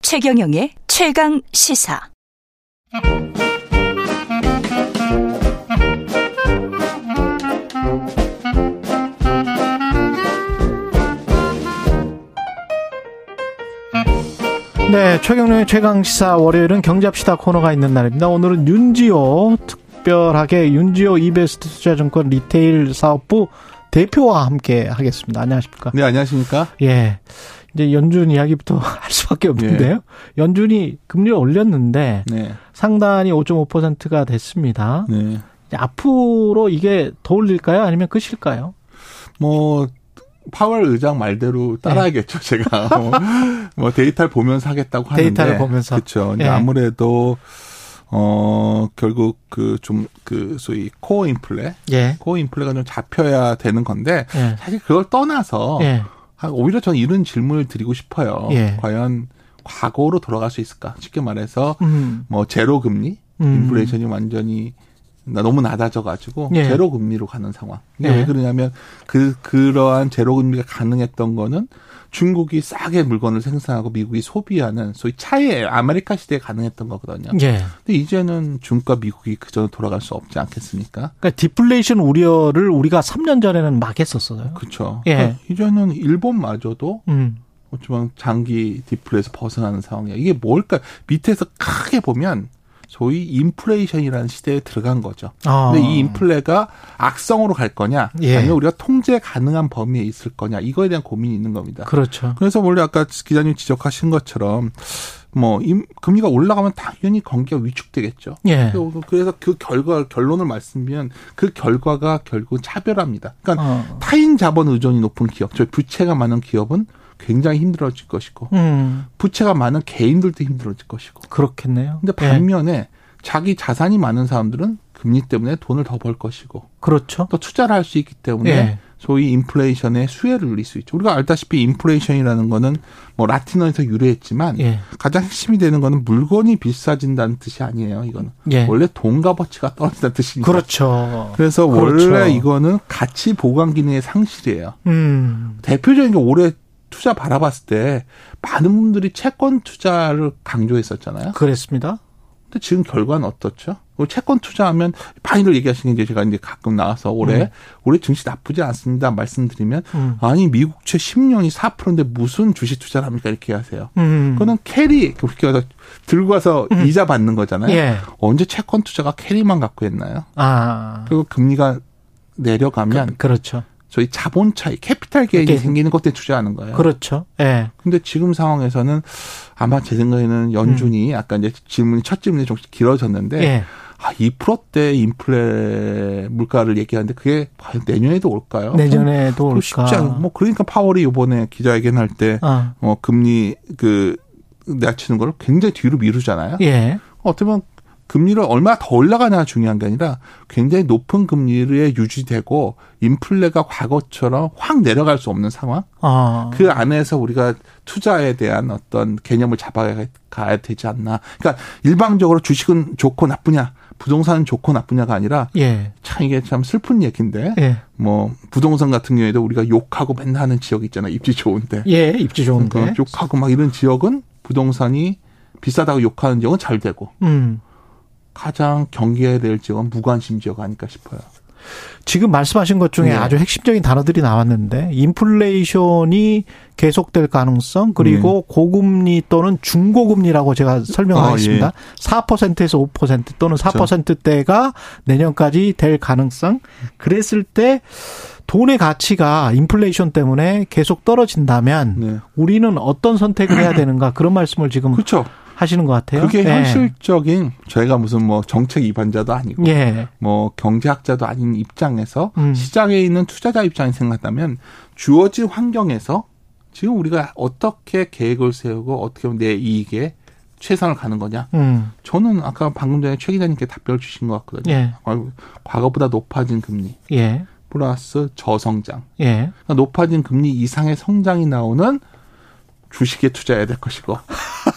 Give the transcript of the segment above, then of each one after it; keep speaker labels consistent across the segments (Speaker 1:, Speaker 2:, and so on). Speaker 1: 최경영의 최강 시사.
Speaker 2: 네, 최경련의 최강시사 월요일은 경제합시다 코너가 있는 날입니다. 오늘은 윤지호 특별하게 윤지호 이베스트 투자증권 리테일 사업부 대표와 함께 하겠습니다. 안녕하십니까?
Speaker 3: 네, 안녕하십니까?
Speaker 2: 예. 이제 연준 이야기부터 할 수밖에 없는데요. 연준이 금리를 올렸는데
Speaker 3: 네.
Speaker 2: 상단이 5.5%가 됐습니다.
Speaker 3: 네.
Speaker 2: 이제 앞으로 이게 더 올릴까요? 아니면 끝일까요?
Speaker 3: 뭐 파월 의장 말대로 따라야겠죠, 제가. 뭐, 뭐 데이터를 보면서 하겠다고 하는데.
Speaker 2: 네. 데이터를 보면서.
Speaker 3: 그렇죠. 이제
Speaker 2: 예.
Speaker 3: 아무래도 어 결국 그 좀 그 소위 코어 인플레,
Speaker 2: 예.
Speaker 3: 코어 인플레가 좀 잡혀야 되는 건데
Speaker 2: 예.
Speaker 3: 사실 그걸 떠나서
Speaker 2: 예.
Speaker 3: 아, 오히려 저는 이런 질문을 드리고 싶어요.
Speaker 2: 예.
Speaker 3: 과연 과거로 돌아갈 수 있을까? 쉽게 말해서
Speaker 2: 음.
Speaker 3: 뭐 제로 금리,
Speaker 2: 음.
Speaker 3: 인플레이션이 완전히 나- 너무 낮아져가지고
Speaker 2: 예.
Speaker 3: 제로 금리로 가는 상황. 근데
Speaker 2: 예.
Speaker 3: 왜 그러냐면 그 그러한 제로 금리가 가능했던 거는 중국이 싸게 물건을 생산하고 미국이 소비하는 소위 차이예요. 아메리카 시대에 가능했던 거거든요.
Speaker 2: 예.
Speaker 3: 근데 이제는 중국과 미국이 그전에 돌아갈 수 없지 않겠습니까?
Speaker 2: 그러니까 디플레이션 우려를 우리가 3년 전에는 막 했었어요.
Speaker 3: 그렇죠.
Speaker 2: 예.
Speaker 3: 그러니까 이제는 일본마저도
Speaker 2: 음.
Speaker 3: 어쩌면 장기 디플레에서 벗어나는 상황이야. 이게 뭘까? 밑에서 크게 보면 소위 인플레이션이라는 시대에 들어간 거죠.
Speaker 2: 아.
Speaker 3: 근데 이 인플레가 악성으로 갈 거냐,
Speaker 2: 예.
Speaker 3: 아니면 우리가 통제 가능한 범위에 있을 거냐, 이거에 대한 고민이 있는 겁니다.
Speaker 2: 그렇죠.
Speaker 3: 그래서 원래 아까 기자님 지적하신 것처럼 뭐 임- 금리가 올라가면 당연히 경기가 위축되겠죠.
Speaker 2: 예.
Speaker 3: 그래서 그 결과 결론을 말씀드리면 그 결과가 결국은 차별화입니다. 그러니까
Speaker 2: 어.
Speaker 3: 타인 자본 의존이 높은 기업, 즉 부채가 많은 기업은 굉장히 힘들어질 것이고
Speaker 2: 음.
Speaker 3: 부채가 많은 개인들도 힘들어질 것이고.
Speaker 2: 그렇겠네요.
Speaker 3: 근데
Speaker 2: 예.
Speaker 3: 반면에 자기 자산이 많은 사람들은 금리 때문에 돈을 더 벌 것이고
Speaker 2: 그렇죠.
Speaker 3: 또 투자를 할 수 있기 때문에
Speaker 2: 예.
Speaker 3: 소위 인플레이션의 수혜를 누릴 수 있죠. 우리가 알다시피 인플레이션이라는 거는 뭐 라틴어에서 유래했지만
Speaker 2: 예.
Speaker 3: 가장 핵심이 되는 거는 물건이 비싸진다는 뜻이 아니에요. 이거는
Speaker 2: 예.
Speaker 3: 원래 돈 값어치가 떨어진다는 뜻입니다.
Speaker 2: 그렇죠.
Speaker 3: 그래서
Speaker 2: 그렇죠.
Speaker 3: 원래 이거는 가치 보관 기능의 상실이에요.
Speaker 2: 음.
Speaker 3: 대표적인 게 올해 투자 바라봤을 때 많은 분들이 채권 투자를 강조했었잖아요.
Speaker 2: 그랬습니다.
Speaker 3: 근데 지금 결과는 어떻죠? 그리고 채권 투자하면 많이들 얘기하시는 게 제가 이제 가끔 나와서 올해 올해 증시 나쁘지 않습니다 말씀드리면
Speaker 2: 네. 음.
Speaker 3: 아니 미국 채 10년이 4%인데 무슨 주식 투자를 합니까 이렇게 하세요.
Speaker 2: 음.
Speaker 3: 그거는 캐리 그렇게 해서 들고 와서 이자 받는 거잖아요.
Speaker 2: 예.
Speaker 3: 언제 채권 투자가 캐리만 갖고 했나요?
Speaker 2: 아.
Speaker 3: 그리고 금리가 내려가면
Speaker 2: 그렇죠.
Speaker 3: 저희 자본 차이, 캐피탈 게인이
Speaker 2: 오케이.
Speaker 3: 생기는 것에 투자하는 거예요.
Speaker 2: 그렇죠. 예.
Speaker 3: 근데 지금 상황에서는 아마 제 생각에는 연준이 아까 이제 질문이 첫 질문이 좀 길어졌는데
Speaker 2: 음. 예.
Speaker 3: 아, 2%대 인플레 물가를 얘기하는데 그게 과연 내년에도 올까요?
Speaker 2: 내년에도
Speaker 3: 어? 그거
Speaker 2: 올까?
Speaker 3: 쉽지 않. 뭐 그러니까 파월이 요번에 기자회견할 때
Speaker 2: 아.
Speaker 3: 어, 금리 그 낮추는 걸 굉장히 뒤로 미루잖아요.
Speaker 2: 예.
Speaker 3: 어떻게 보면 금리를 얼마 더 올라가냐 중요한 게 아니라 굉장히 높은 금리에 유지되고 인플레가 과거처럼 확 내려갈 수 없는 상황.
Speaker 2: 아.
Speaker 3: 그 안에서 우리가 투자에 대한 어떤 개념을 잡아가야 되지 않나. 그러니까 일방적으로 주식은 좋고 나쁘냐, 부동산은 좋고 나쁘냐가 아니라
Speaker 2: 예.
Speaker 3: 참 이게 참 슬픈 얘기인데
Speaker 2: 예.
Speaker 3: 뭐 부동산 같은 경우에도 우리가 욕하고 맨날 하는 지역 있잖아. 입지 좋은데.
Speaker 2: 예. 입지 좋은데.
Speaker 3: 그러니까 욕하고 막 이런 지역은 부동산이 비싸다고 욕하는 지역은 잘 되고
Speaker 2: 음.
Speaker 3: 가장 경계해야 될 지역은 무관심 지역 아닐까 싶어요.
Speaker 2: 지금 말씀하신 것 중에
Speaker 3: 예.
Speaker 2: 아주 핵심적인 단어들이 나왔는데 인플레이션이 계속될 가능성 그리고 고금리 또는 중고금리라고 제가 설명하겠습니다.
Speaker 3: 네. 아,
Speaker 2: 4%에서 5% 또는 4%대가 내년까지 될 가능성. 그랬을 때 돈의 가치가 인플레이션 때문에 계속 떨어진다면
Speaker 3: 네.
Speaker 2: 우리는 어떤 선택을 해야 되는가 그런 말씀을 지금
Speaker 3: 그렇죠.
Speaker 2: 하시는 것 같아요. 예.
Speaker 3: 그게 현실적인 저희가 무슨 뭐 정책 이반자도 아니고
Speaker 2: 예.
Speaker 3: 뭐 경제학자도 아닌 입장에서
Speaker 2: 음.
Speaker 3: 시장에 있는 투자자 입장에 생각한다면 주어진 환경에서 지금 우리가 어떻게 계획을 세우고 어떻게 하면 내 이익에 최선을 가는 거냐.
Speaker 2: 음.
Speaker 3: 저는 아까 방금 전에 최 기자님께 답변을 주신 것 같거든요.
Speaker 2: 예.
Speaker 3: 과거- 과거보다 높아진 금리
Speaker 2: 예.
Speaker 3: 플러스 저성장.
Speaker 2: 예.
Speaker 3: 그러니까 높아진 금리 이상의 성장이 나오는 주식에 투자해야 될 것이고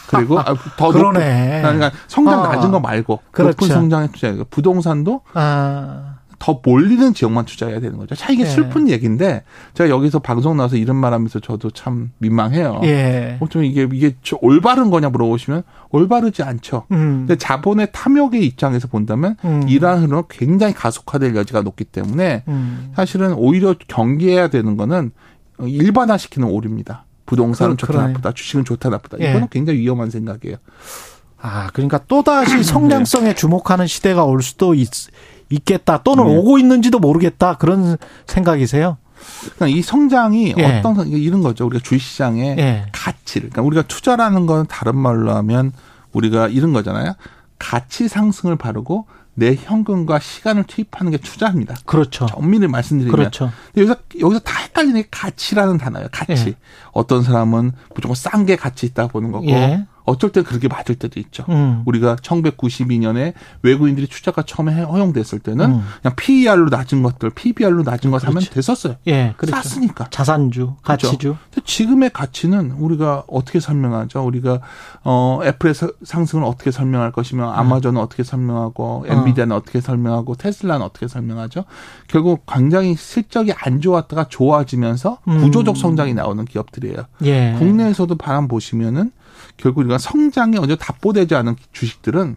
Speaker 3: 그리고 아, 더 높은
Speaker 2: 그러네.
Speaker 3: 그러니까 성장
Speaker 2: 아.
Speaker 3: 낮은 거 말고
Speaker 2: 그렇죠.
Speaker 3: 높은 성장에 투자해야 되고 부동산도
Speaker 2: 아.
Speaker 3: 더 몰리는 지역만 투자해야 되는 거죠. 참 이게
Speaker 2: 예.
Speaker 3: 슬픈 얘기인데 제가 여기서 방송 나와서 이런 말하면서 저도 참 민망해요.
Speaker 2: 예.
Speaker 3: 어, 좀 이게 이게 저- 올바른 거냐 물어보시면 올바르지 않죠.
Speaker 2: 음.
Speaker 3: 근데 자본의 탐욕의 입장에서 본다면
Speaker 2: 음.
Speaker 3: 이러한 흐름은 굉장히 가속화될 여지가 높기 때문에
Speaker 2: 음.
Speaker 3: 사실은 오히려 경계해야 되는 거는 일반화시키는 오류입니다. 부동산은
Speaker 2: 그-
Speaker 3: 좋다
Speaker 2: 그러네.
Speaker 3: 나쁘다, 주식은 좋다 나쁘다.
Speaker 2: 예.
Speaker 3: 이거는 굉장히 위험한 생각이에요.
Speaker 2: 아, 그러니까 또다시 성장성에 주목하는 시대가 올 수도 있, 겠다 또는
Speaker 3: 네.
Speaker 2: 오고 있는지도 모르겠다. 그런 생각이세요?
Speaker 3: 그러니까 이 성장이
Speaker 2: 예.
Speaker 3: 어떤 성- 이런 거죠. 우리가 주식시장의
Speaker 2: 예.
Speaker 3: 가치를. 그러니까 우리가 투자라는 건 다른 말로 하면 우리가 이런 거잖아요. 가치 상승을 바르고 내 현금과 시간을 투입하는 게 투자입니다.
Speaker 2: 그렇죠.
Speaker 3: 정밀히 말씀드리면
Speaker 2: 그렇죠.
Speaker 3: 근데 여기서 여기서 다 헷갈리는 게 가치라는 단어예요. 가치.
Speaker 2: 예.
Speaker 3: 어떤 사람은 무조건 싼 게 가치 있다 보는 거고
Speaker 2: 예.
Speaker 3: 어쩔 때 그렇게 맞을 때도 있죠.
Speaker 2: 음.
Speaker 3: 우리가 1992년에 외국인들이 투자가 처음에 허용됐을 때는
Speaker 2: 음.
Speaker 3: 그냥 PER로 낮은 것들, PBR로 낮은 거 사면
Speaker 2: 그렇지.
Speaker 3: 됐었어요.
Speaker 2: 예, 그렇죠.
Speaker 3: 쌌으니까.
Speaker 2: 자산주, 가치주.
Speaker 3: 근데 지금의 가치는 우리가 어떻게 설명하죠? 우리가 어 애플의 서- 상승을 어떻게 설명할
Speaker 2: 네.
Speaker 3: 것이며 아마존은 어떻게 설명하고 엔비디아는 어. 떻게 설명하고 테슬라는 어떻게 설명하죠? 결국 굉장히 실적이 안 좋았다가 좋아지면서
Speaker 2: 음.
Speaker 3: 구조적 성장이 나오는 기업들이에요.
Speaker 2: 예.
Speaker 3: 국내에서도 바람 보시면은 결국 우리가 성장에 언제 답보되지 않은 주식들은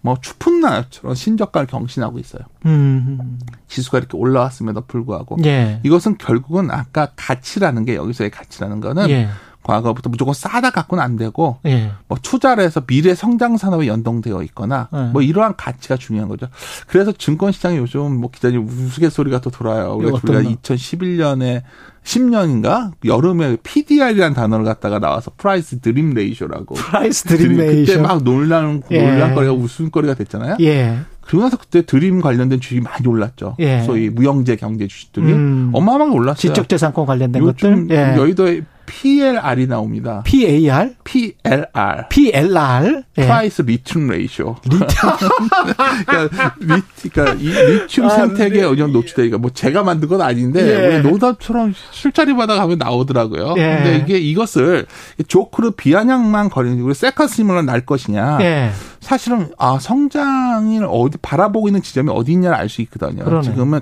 Speaker 3: 뭐 추푼 날처럼 신저가를 경신하고 있어요.
Speaker 2: 음.
Speaker 3: 지수가 이렇게 올라왔음에도 불구하고
Speaker 2: 예.
Speaker 3: 이것은 결국은 아까 가치라는 게 여기서의 가치라는 거는
Speaker 2: 예.
Speaker 3: 과거부터 무조건 싸다 갖고는 안 되고
Speaker 2: 예.
Speaker 3: 뭐 투자를 해서 미래 성장 산업에 연동되어 있거나
Speaker 2: 네.
Speaker 3: 뭐 이러한 가치가 중요한 거죠. 그래서 증권 시장이 요즘 뭐 기자님 우스갯소리가 또 돌아요. 우리가
Speaker 2: 어떤 거?
Speaker 3: 2011년에 10년인가 여름에 PDR이라는 단어를 갖다가 나와서 프라이스 드림 레이쇼라고
Speaker 2: 프라이스
Speaker 3: 그때
Speaker 2: 드림메이션.
Speaker 3: 막 논란
Speaker 2: 예.
Speaker 3: 논란거리가 웃음거리가 됐잖아요.
Speaker 2: 예.
Speaker 3: 그러고 나서 그때 드림 관련된 주식이 많이 올랐죠.
Speaker 2: 예.
Speaker 3: 소위 무형제 경제 주식들이
Speaker 2: 음.
Speaker 3: 어마어마하게 올랐어요.
Speaker 2: 지적재산권 관련된
Speaker 3: 요즘
Speaker 2: 것들. 예.
Speaker 3: 여의도에 PLR이 나옵니다.
Speaker 2: PAR,
Speaker 3: PLR.
Speaker 2: PLR. 예.
Speaker 3: 프라이스 리튬 레이쇼. 그러니까, 리, 그러니까 이 리튬
Speaker 2: 아,
Speaker 3: 생태계에 의존 노출되니까 뭐 제가 만든 건 아닌데
Speaker 2: 예.
Speaker 3: 우리 노답처럼 술자리 받아가면 나오더라고요.
Speaker 2: 예.
Speaker 3: 근데 이게 이것을 조크로 비아냥만 거리는 우리 세컨스임으로 날 것이냐.
Speaker 2: 예.
Speaker 3: 사실은 아 성장을 어디 바라보고 있는 지점이 어디 있냐를 알 수 있거든요.
Speaker 2: 그러네.
Speaker 3: 지금은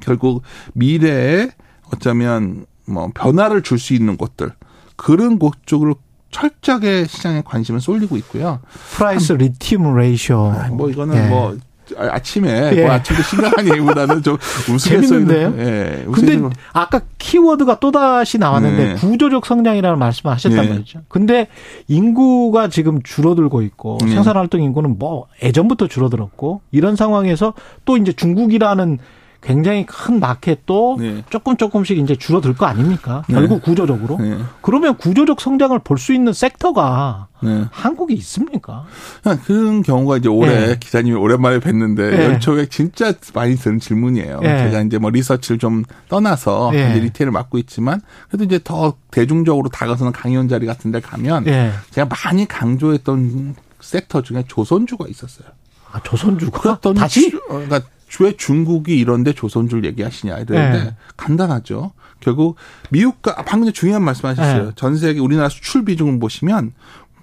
Speaker 3: 결국 미래에 어쩌면 뭐 변화를 줄 수 있는 곳들 그런 곳 쪽으로 철저하게 시장에 관심을 쏠리고 있고요.
Speaker 2: 프라이스 리튬 레이쇼.
Speaker 3: 아, 뭐 이거는
Speaker 2: 예.
Speaker 3: 뭐 아- 아침에
Speaker 2: 예.
Speaker 3: 뭐 아침도 심각한 얘기보다는 좀 우스갯소리로
Speaker 2: 재밌는데요?
Speaker 3: 예.
Speaker 2: 근데
Speaker 3: 우스갯소리로.
Speaker 2: 아까 키워드가 또다시 나왔는데
Speaker 3: 네.
Speaker 2: 구조적 성장이라는 말씀을 하셨단
Speaker 3: 네.
Speaker 2: 말이죠. 근데 인구가 지금 줄어들고 있고
Speaker 3: 네.
Speaker 2: 생산 활동 인구는 뭐 예전부터 줄어들었고 이런 상황에서 또 이제 중국이라는 굉장히 큰 마켓도
Speaker 3: 네.
Speaker 2: 조금 조금씩 이제 줄어들 거 아닙니까?
Speaker 3: 네.
Speaker 2: 결국 구조적으로.
Speaker 3: 예.
Speaker 2: 그러면 구조적 성장을 볼 수 있는 섹터가
Speaker 3: 네.
Speaker 2: 한국에 있습니까?
Speaker 3: 그런 경우가 이제 올해
Speaker 2: 예.
Speaker 3: 기자님이 오랜만에 뵀는데
Speaker 2: 예.
Speaker 3: 연초에 진짜 많이 드는 질문이에요.
Speaker 2: 예.
Speaker 3: 제가 이제 뭐 리서치를 좀 떠나서
Speaker 2: 예.
Speaker 3: 이제 리테일을 맡고 있지만 그래도 이제 더 대중적으로 다가서는 강연 자리 같은 데 가면
Speaker 2: 예.
Speaker 3: 제가 많이 강조했던 섹터 중에 조선주가 있었어요.
Speaker 2: 아, 조선주가
Speaker 3: 그랬더니
Speaker 2: 다시
Speaker 3: 주- 어, 그러니까 왜 중국이 이런데 조선주를 얘기하시냐 이랬는데
Speaker 2: 예.
Speaker 3: 간단하죠. 결국 미국과 아, 방금 전에 중요한 말씀하셨어요.
Speaker 2: 예.
Speaker 3: 전 세계 우리나라 수출 비중을 보시면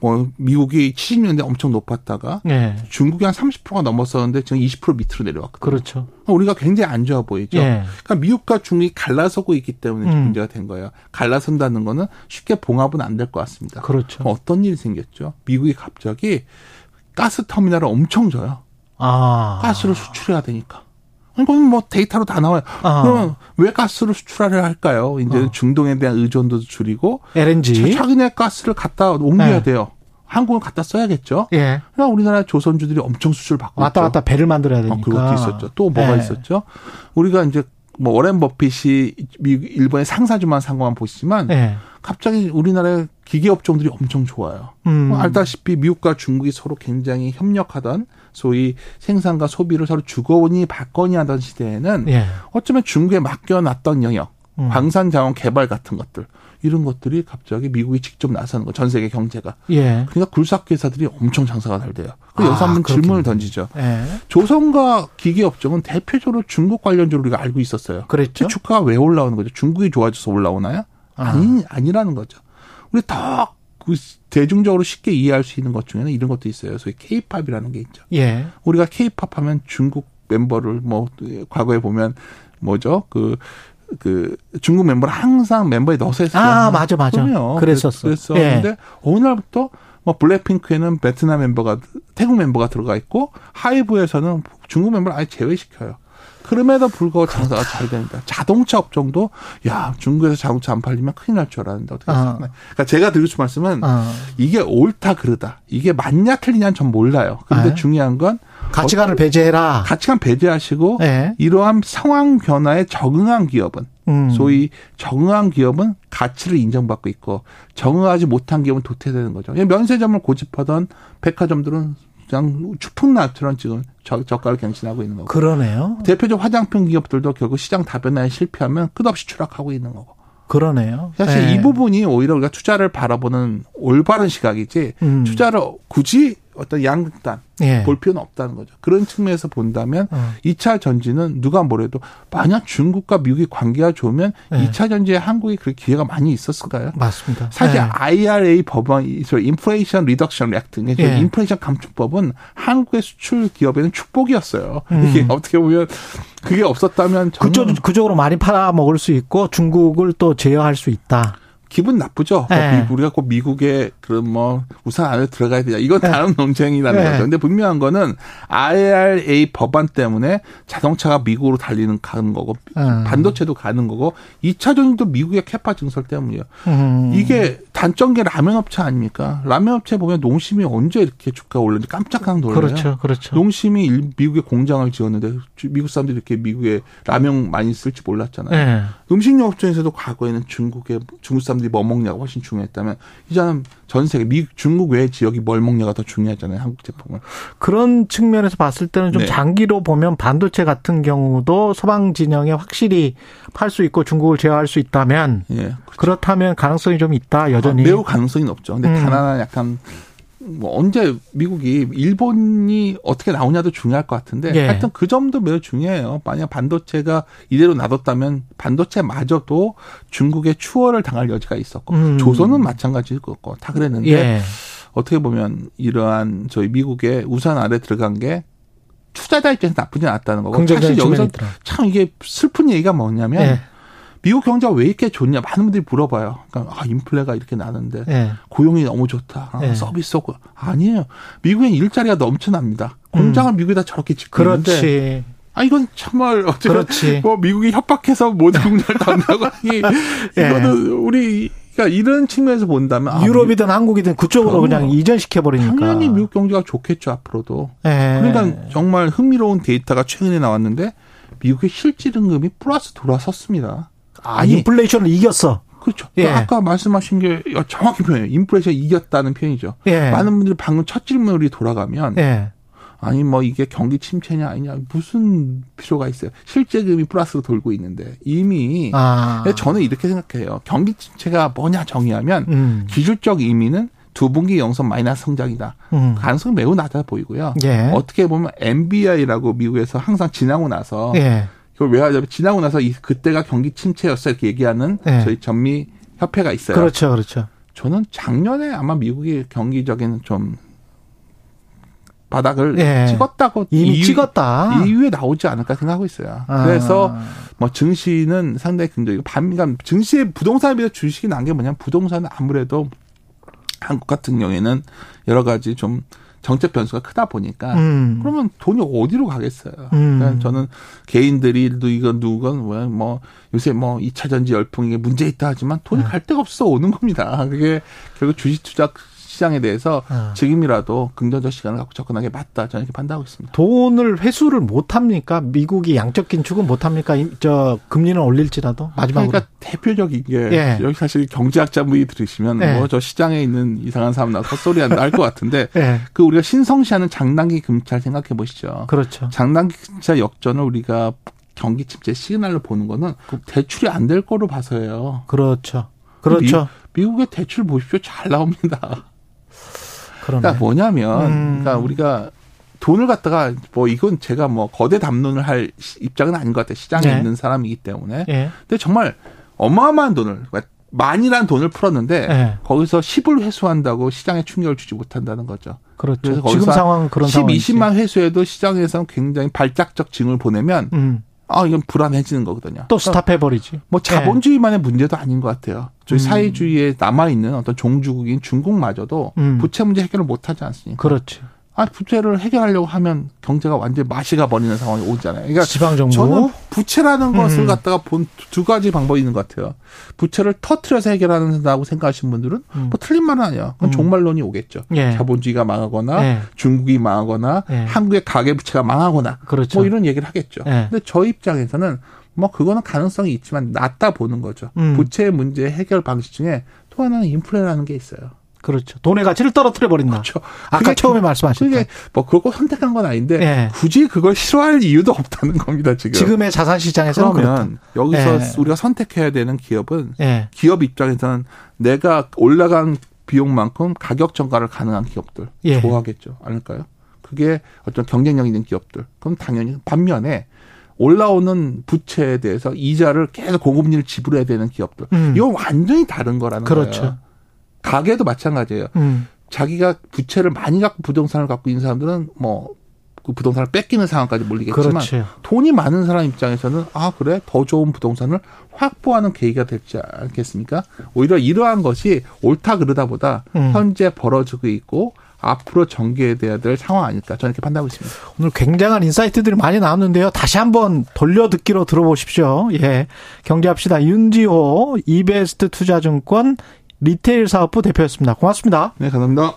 Speaker 3: 뭐 미국이 70년대 엄청 높았다가
Speaker 2: 예.
Speaker 3: 중국이 한 30%가 넘었었는데 지금 20% 밑으로 내려왔거든요.
Speaker 2: 그렇죠.
Speaker 3: 우리가 굉장히 안 좋아 보이죠.
Speaker 2: 예.
Speaker 3: 그러니까 미국과 중국이 갈라서고 있기 때문에 지금
Speaker 2: 음.
Speaker 3: 문제가 된 거예요. 갈라선다는 거는 쉽게 봉합은 안 될 것 같습니다.
Speaker 2: 그렇죠.
Speaker 3: 그럼 어떤 일이 생겼죠? 미국이 갑자기 가스 터미널을 엄청 줘요.
Speaker 2: 아.
Speaker 3: 가스를 수출해야 되니까. 이건 뭐 데이터로 다 나와요.
Speaker 2: 아.
Speaker 3: 그럼 왜 가스를 수출하려 할까요? 이제 는 중동에 대한 의존도 줄이고
Speaker 2: LNG.
Speaker 3: 자기네 가스를 갖다 옮겨야
Speaker 2: 예.
Speaker 3: 돼요. 한국은 갖다 써야겠죠.
Speaker 2: 예.
Speaker 3: 그러니까 우리나라 조선주들이 엄청 수출 받고
Speaker 2: 왔다
Speaker 3: 있죠.
Speaker 2: 갔다 배를 만들어야 되니까.
Speaker 3: 어, 아, 그것도 있었죠. 또 뭐가
Speaker 2: 예.
Speaker 3: 있었죠? 우리가 이제 뭐 워렌 버핏이 미국 일본의 상사주만 산 것만 보시지만
Speaker 2: 예.
Speaker 3: 갑자기 우리나라의 기계 업종들이 엄청 좋아요.
Speaker 2: 음.
Speaker 3: 뭐 알다시피 미국과 중국이 서로 굉장히 협력하던 소위 생산과 소비를 서로 주거니 받거니 하던 시대에는
Speaker 2: 예.
Speaker 3: 어쩌면 중국에 맡겨놨던 영역,
Speaker 2: 음.
Speaker 3: 방산 자원 개발 같은 것들 이런 것들이 갑자기 미국이 직접 나서는 거, 전 세계 경제가.
Speaker 2: 예.
Speaker 3: 그러니까 굴삭회사들이 엄청 장사가 잘 돼요. 그
Speaker 2: 아,
Speaker 3: 여기서 한번
Speaker 2: 그렇겠네.
Speaker 3: 질문을 던지죠.
Speaker 2: 예.
Speaker 3: 조선과 기계업종은 대표적으로 중국 관련주로 우리가 알고 있었어요.
Speaker 2: 그랬죠.
Speaker 3: 근데 주가가 왜 올라오는 거죠? 중국이 좋아져서 올라오나요? 아니, 아니라는 거죠. 우리 더그 대중적으로 쉽게 이해할 수 있는 것 중에는 이런 것도 있어요. 소위 케이팝이라는 게 있죠.
Speaker 2: 예.
Speaker 3: 우리가 케이팝 하면 중국 멤버를 뭐 과거에 보면 뭐죠 그. 그 중국 멤버를 항상 멤버에 넣어서 했어요.
Speaker 2: 아, 맞아, 맞아. 그랬었어.
Speaker 3: 그랬어.
Speaker 2: 예.
Speaker 3: 근데 어느 날부터 뭐 블랙핑크에는 베트남 멤버가 태국 멤버가 들어가 있고 하이브에서는 중국 멤버를 아예 제외시켜요. 그럼에도 불구하고 장사가 잘 됩니다. 자동차 업종도 야 중국에서 자동차 안 팔리면 큰일 날 줄 알았는데 어떻게
Speaker 2: 아.
Speaker 3: 하나 그러니까 제가 드리고 싶은 말씀은
Speaker 2: 아,
Speaker 3: 이게 옳다 그르다 이게 맞냐 틀리냐는 전 몰라요. 근데
Speaker 2: 아.
Speaker 3: 중요한 건
Speaker 2: 가치관을 배제해라.
Speaker 3: 가치관 배제하시고
Speaker 2: 예.
Speaker 3: 이러한 상황 변화에 적응한 기업은
Speaker 2: 음.
Speaker 3: 소위 적응한 기업은 가치를 인정받고 있고 적응하지 못한 기업은 도태되는 거죠. 그냥 면세점을 고집하던 백화점들은 그냥 추풍나처럼 지금 저- 저가를 갱신하고 있는 거고.
Speaker 2: 그러네요.
Speaker 3: 대표적 화장품 기업들도 결국 시장 다변화에 실패하면 끝없이 추락하고 있는 거고.
Speaker 2: 그러네요.
Speaker 3: 사실
Speaker 2: 예.
Speaker 3: 이 부분이 오히려 우리가 투자를 바라보는 올바른 시각이지
Speaker 2: 음.
Speaker 3: 투자를 굳이 어떤 양극단
Speaker 2: 예.
Speaker 3: 볼 필요는 없다는 거죠. 그런 측면에서 본다면
Speaker 2: 어.
Speaker 3: 이 차 전지는 누가 뭐래도 만약 중국과 미국의 관계가 좋으면
Speaker 2: 예.
Speaker 3: 이 차 전지에 한국이 그 기회가 많이 있었을까요?
Speaker 2: 맞습니다.
Speaker 3: 사실
Speaker 2: 예.
Speaker 3: IRA 법안, 이 소위 인플레이션 리덕션 액트, 이게 소위
Speaker 2: 예.
Speaker 3: 인플레이션 감축법은 한국의 수출 기업에는 축복이었어요.
Speaker 2: 음.
Speaker 3: 이게 어떻게 보면 그게 없었다면 저는
Speaker 2: 그쪽 그쪽으로 많이 팔아 먹을 수 있고 중국을 또 제어할 수 있다.
Speaker 3: 기분 나쁘죠.
Speaker 2: 예.
Speaker 3: 뭐 미- 우리가 꼭 미국의 그런 뭐 우산 안에 들어가야 되냐. 이건 다른 논쟁이라는
Speaker 2: 예.
Speaker 3: 거죠. 근데 분명한 거는 IRA 법안 때문에 자동차가 미국으로 달리는 가는 거고
Speaker 2: 음.
Speaker 3: 반도체도 가는 거고 2차 전지도 미국의 캐파 증설 때문이에요.
Speaker 2: 음.
Speaker 3: 이게 단점 게 라면 업체 아닙니까? 라면 업체 보면 농심이 언제 이렇게 주가가 올랐는지 깜짝깜짝 놀라요.
Speaker 2: 그렇죠, 그렇죠.
Speaker 3: 농심이 일- 미국에 공장을 지었는데 주- 미국 사람들이 이렇게 미국에 라면 많이 쓸지 몰랐잖아요.
Speaker 2: 예.
Speaker 3: 음식료 업종에서도 과거에는 중국에 중국 사람들이 뭐 먹냐고 훨씬 중요했다면 이제는 전 세계 미 중국 외 지역이 뭘 먹냐가 더 중요하잖아요. 한국 제품을.
Speaker 2: 그런 측면에서 봤을 때는 좀
Speaker 3: 네.
Speaker 2: 장기로 보면 반도체 같은 경우도 서방 진영에 확실히 팔 수 있고 중국을 제어할 수 있다면
Speaker 3: 예.
Speaker 2: 그렇다면 가능성이 좀 있다 여전히.
Speaker 3: 아, 매우 가능성이 높죠. 근데
Speaker 2: 음.
Speaker 3: 단 하나 약간 뭐 언제 미국이 일본이 어떻게 나오냐도 중요할 것 같은데
Speaker 2: 예.
Speaker 3: 하여튼 그 점도 매우 중요해요. 만약 반도체가 이대로 놔뒀다면 반도체마저도 중국의 추월을 당할 여지가 있었고
Speaker 2: 음.
Speaker 3: 조선은 마찬가지일 거고 다 그랬는데
Speaker 2: 예.
Speaker 3: 어떻게 보면 이러한 저희 미국의 우산 아래 들어간 게 투자자 입장에서 나쁘지 않았다는 거고
Speaker 2: 긍정적인
Speaker 3: 사실 여기서
Speaker 2: 측면이 있더라.
Speaker 3: 참 이게 슬픈 얘기가 뭐냐면
Speaker 2: 예.
Speaker 3: 미국 경제가 왜 이렇게 좋냐 많은 분들이 물어봐요. 그러니까 아 인플레가 이렇게 나는데
Speaker 2: 예.
Speaker 3: 고용이 너무 좋다. 아,
Speaker 2: 네.
Speaker 3: 서비스 없고. 아니에요. 미국엔 일자리가 넘쳐납니다. 공장을 미국에다 저렇게 짓고 있는데
Speaker 2: 음. 그렇지.
Speaker 3: 아 이건 정말 어째
Speaker 2: 그렇지.
Speaker 3: 뭐 미국이 협박해서 모든 공장을 담는다고 하니
Speaker 2: 예.
Speaker 3: 이거는 우리 그러니까 이런 측면에서 본다면 아,
Speaker 2: 유럽이든 한국이든 그쪽으로
Speaker 3: 그럼요.
Speaker 2: 그냥 이전시켜 버리니까.
Speaker 3: 당연히 미국 경제가 좋겠죠 앞으로도.
Speaker 2: 예.
Speaker 3: 그러니까 정말 흥미로운 데이터가 최근에 나왔는데 미국의 실질임금이 플러스 돌아섰습니다. 아니
Speaker 2: 인플레이션을 이겼어.
Speaker 3: 그렇죠.
Speaker 2: 예.
Speaker 3: 아까 말씀하신 게 정확히 표현이에요. 인플레이션 이겼다는 표현이죠.
Speaker 2: 예.
Speaker 3: 많은 분들이 방금 첫 질문이 돌아가면
Speaker 2: 예.
Speaker 3: 아니 뭐 이게 경기 침체냐 아니냐 무슨 필요가 있어요. 실제금이 플러스로 돌고 있는데 이미
Speaker 2: 아.
Speaker 3: 근데 저는 이렇게 생각해요. 경기 침체가 뭐냐 정의하면
Speaker 2: 음.
Speaker 3: 기술적 의미는 두 분기 영선 마이너스 성장이다.
Speaker 2: 음.
Speaker 3: 가능성이 매우 낮아 보이고요.
Speaker 2: 예.
Speaker 3: 어떻게 보면 MBI라고 미국에서 항상 지나고 나서
Speaker 2: 예.
Speaker 3: 그걸 왜 하냐면 지나고 나서 이 그때가 경기 침체였어 이렇게 얘기하는
Speaker 2: 예.
Speaker 3: 저희 전미 협회가 있어요.
Speaker 2: 그렇죠. 그렇죠.
Speaker 3: 저는 작년에 아마 미국이 경기적인 좀 바닥을
Speaker 2: 예.
Speaker 3: 찍었다고
Speaker 2: 이미
Speaker 3: 이유-
Speaker 2: 찍었다.
Speaker 3: 이후에 나오지 않을까 생각하고 있어요.
Speaker 2: 아.
Speaker 3: 그래서 뭐 증시는 상당히 굉장히 반감 그러니까 증시의 부동산에 비해서 주식이 난 게 뭐냐면 부동산은 아무래도 한국 같은 경우에는 여러 가지 좀 정책 변수가 크다 보니까
Speaker 2: 음.
Speaker 3: 그러면 돈이 어디로 가겠어요.
Speaker 2: 음.
Speaker 3: 그러니까 저는 개인들이 누이건 누건 왜 뭐 요새 뭐 2차 전지 열풍 이게 문제 있다 하지만 돈이
Speaker 2: 음.
Speaker 3: 갈 데가 없어 오는 겁니다. 그게 결국 주식 투자 시장에 대해서
Speaker 2: 아.
Speaker 3: 지금이라도 긍정적 시간을 갖고 접근하는 게 맞다. 저는 이렇게 판단하고 있습니다.
Speaker 2: 돈을 회수를 못 합니까? 미국이 양적 긴축은 못 합니까? 이- 저 금리는 올릴지라도 마지막으로.
Speaker 3: 그러니까 대표적인 게
Speaker 2: 예.
Speaker 3: 여기 사실 경제학자분이 들으시면
Speaker 2: 예.
Speaker 3: 뭐 저 시장에 있는 이상한 사람 나서 소리한다 할 것 같은데
Speaker 2: 예.
Speaker 3: 그 우리가 신성시하는 장단기 금찰 생각해 보시죠.
Speaker 2: 그렇죠.
Speaker 3: 장단기 금찰 역전을 우리가 경기 침체 시그널로 보는 거는 대출이 안 될 거로 봐서예요.
Speaker 2: 그렇죠. 그렇죠.
Speaker 3: 미, 국의 대출 보십시오 잘 나옵니다.
Speaker 2: 그러네.
Speaker 3: 그러니까 뭐냐면
Speaker 2: 음.
Speaker 3: 그러니까 우리가 돈을 갖다가 뭐 이건 제가 뭐 거대 담론을 할 시- 입장은 아닌 것 같아요. 시장에
Speaker 2: 네.
Speaker 3: 있는 사람이기 때문에
Speaker 2: 예.
Speaker 3: 근데 정말 어마어마한 돈을 그러니까 만이란 돈을 풀었는데
Speaker 2: 네.
Speaker 3: 거기서 10을 회수한다고 시장에 충격을 주지 못한다는 거죠.
Speaker 2: 그렇죠.
Speaker 3: 그래서 거기서
Speaker 2: 지금
Speaker 3: 한
Speaker 2: 상황은 그런
Speaker 3: 10,
Speaker 2: 상황이지.
Speaker 3: 20만 회수해도 시장에서는 굉장히 발작적 징을 보내면
Speaker 2: 음.
Speaker 3: 아 이건 불안해지는 거거든요.
Speaker 2: 또 스탑해버리지.
Speaker 3: 뭐 자본주의만의 문제도 아닌 것 같아요.
Speaker 2: 음.
Speaker 3: 저희 사회주의에 남아 있는 어떤 종주국인 중국마저도
Speaker 2: 음.
Speaker 3: 부채 문제 해결을 못하지 않습니까?
Speaker 2: 그렇지.
Speaker 3: 아 부채를 해결하려고 하면 경제가 완전히 마시가 버리는 상황이 오잖아요. 그러니까
Speaker 2: 지방정부.
Speaker 3: 저는 부채라는
Speaker 2: 음.
Speaker 3: 것을 갖다가 본 두 가지 방법이 있는 것 같아요. 부채를 터트려서 해결하는다고 생각하시는 분들은
Speaker 2: 음.
Speaker 3: 뭐 틀린 말은 아니야. 그건
Speaker 2: 음.
Speaker 3: 종말론이 오겠죠.
Speaker 2: 예.
Speaker 3: 자본주의가 뭐 망하거나
Speaker 2: 예.
Speaker 3: 중국이 망하거나
Speaker 2: 예.
Speaker 3: 한국의 가계 부채가 망하거나
Speaker 2: 그렇죠.
Speaker 3: 뭐 이런 얘기를 하겠죠.
Speaker 2: 예.
Speaker 3: 근데 저희 입장에서는 뭐 그거는 가능성이 있지만 낮다 보는 거죠.
Speaker 2: 음.
Speaker 3: 부채 문제 해결 방식 중에 또 하나는 인플레라는 게 있어요.
Speaker 2: 그렇죠. 돈의 가치를 떨어뜨려 버린다.
Speaker 3: 그렇죠.
Speaker 2: 아까
Speaker 3: 그게-
Speaker 2: 처음에 말씀하셨죠.
Speaker 3: 그게 뭐 그걸 꼭 선택한 건 아닌데
Speaker 2: 예.
Speaker 3: 굳이 그걸 싫어할 이유도 없다는 겁니다 지금.
Speaker 2: 지금의 자산 시장에서는 그렇다.
Speaker 3: 그 그러면 여기서
Speaker 2: 예.
Speaker 3: 우리가 선택해야 되는 기업은
Speaker 2: 예.
Speaker 3: 기업 입장에서는 내가 올라간 비용만큼 가격 정가를 가능한 기업들
Speaker 2: 예.
Speaker 3: 좋아하겠죠 않을까요? 그게 어떤 경쟁력 있는 기업들 그럼 당연히 반면에 올라오는 부채에 대해서 이자를 계속 고금리를 지불해야 되는 기업들
Speaker 2: 음.
Speaker 3: 이건 완전히 다른 거라는
Speaker 2: 그렇죠.
Speaker 3: 거예요. 가게도 마찬가지예요.
Speaker 2: 음.
Speaker 3: 자기가 부채를 많이 갖고 부동산을 갖고 있는 사람들은 뭐 그 부동산을 뺏기는 상황까지 몰리겠지만
Speaker 2: 그렇죠.
Speaker 3: 돈이 많은 사람 입장에서는 아 그래 더 좋은 부동산을 확보하는 계기가 되지 않겠습니까? 오히려 이러한 것이 옳다 그르다보다
Speaker 2: 음.
Speaker 3: 현재 벌어지고 있고 앞으로 전개돼야 될 상황 아닐까 저는 이렇게 판단하고 있습니다.
Speaker 2: 오늘 굉장한 인사이트들이 많이 나왔는데요. 다시 한번 돌려듣기로 들어보십시오. 예. 경제합시다. 윤지호 이베스트 투자증권 리테일 사업부 대표였습니다. 고맙습니다.
Speaker 3: 네 감사합니다.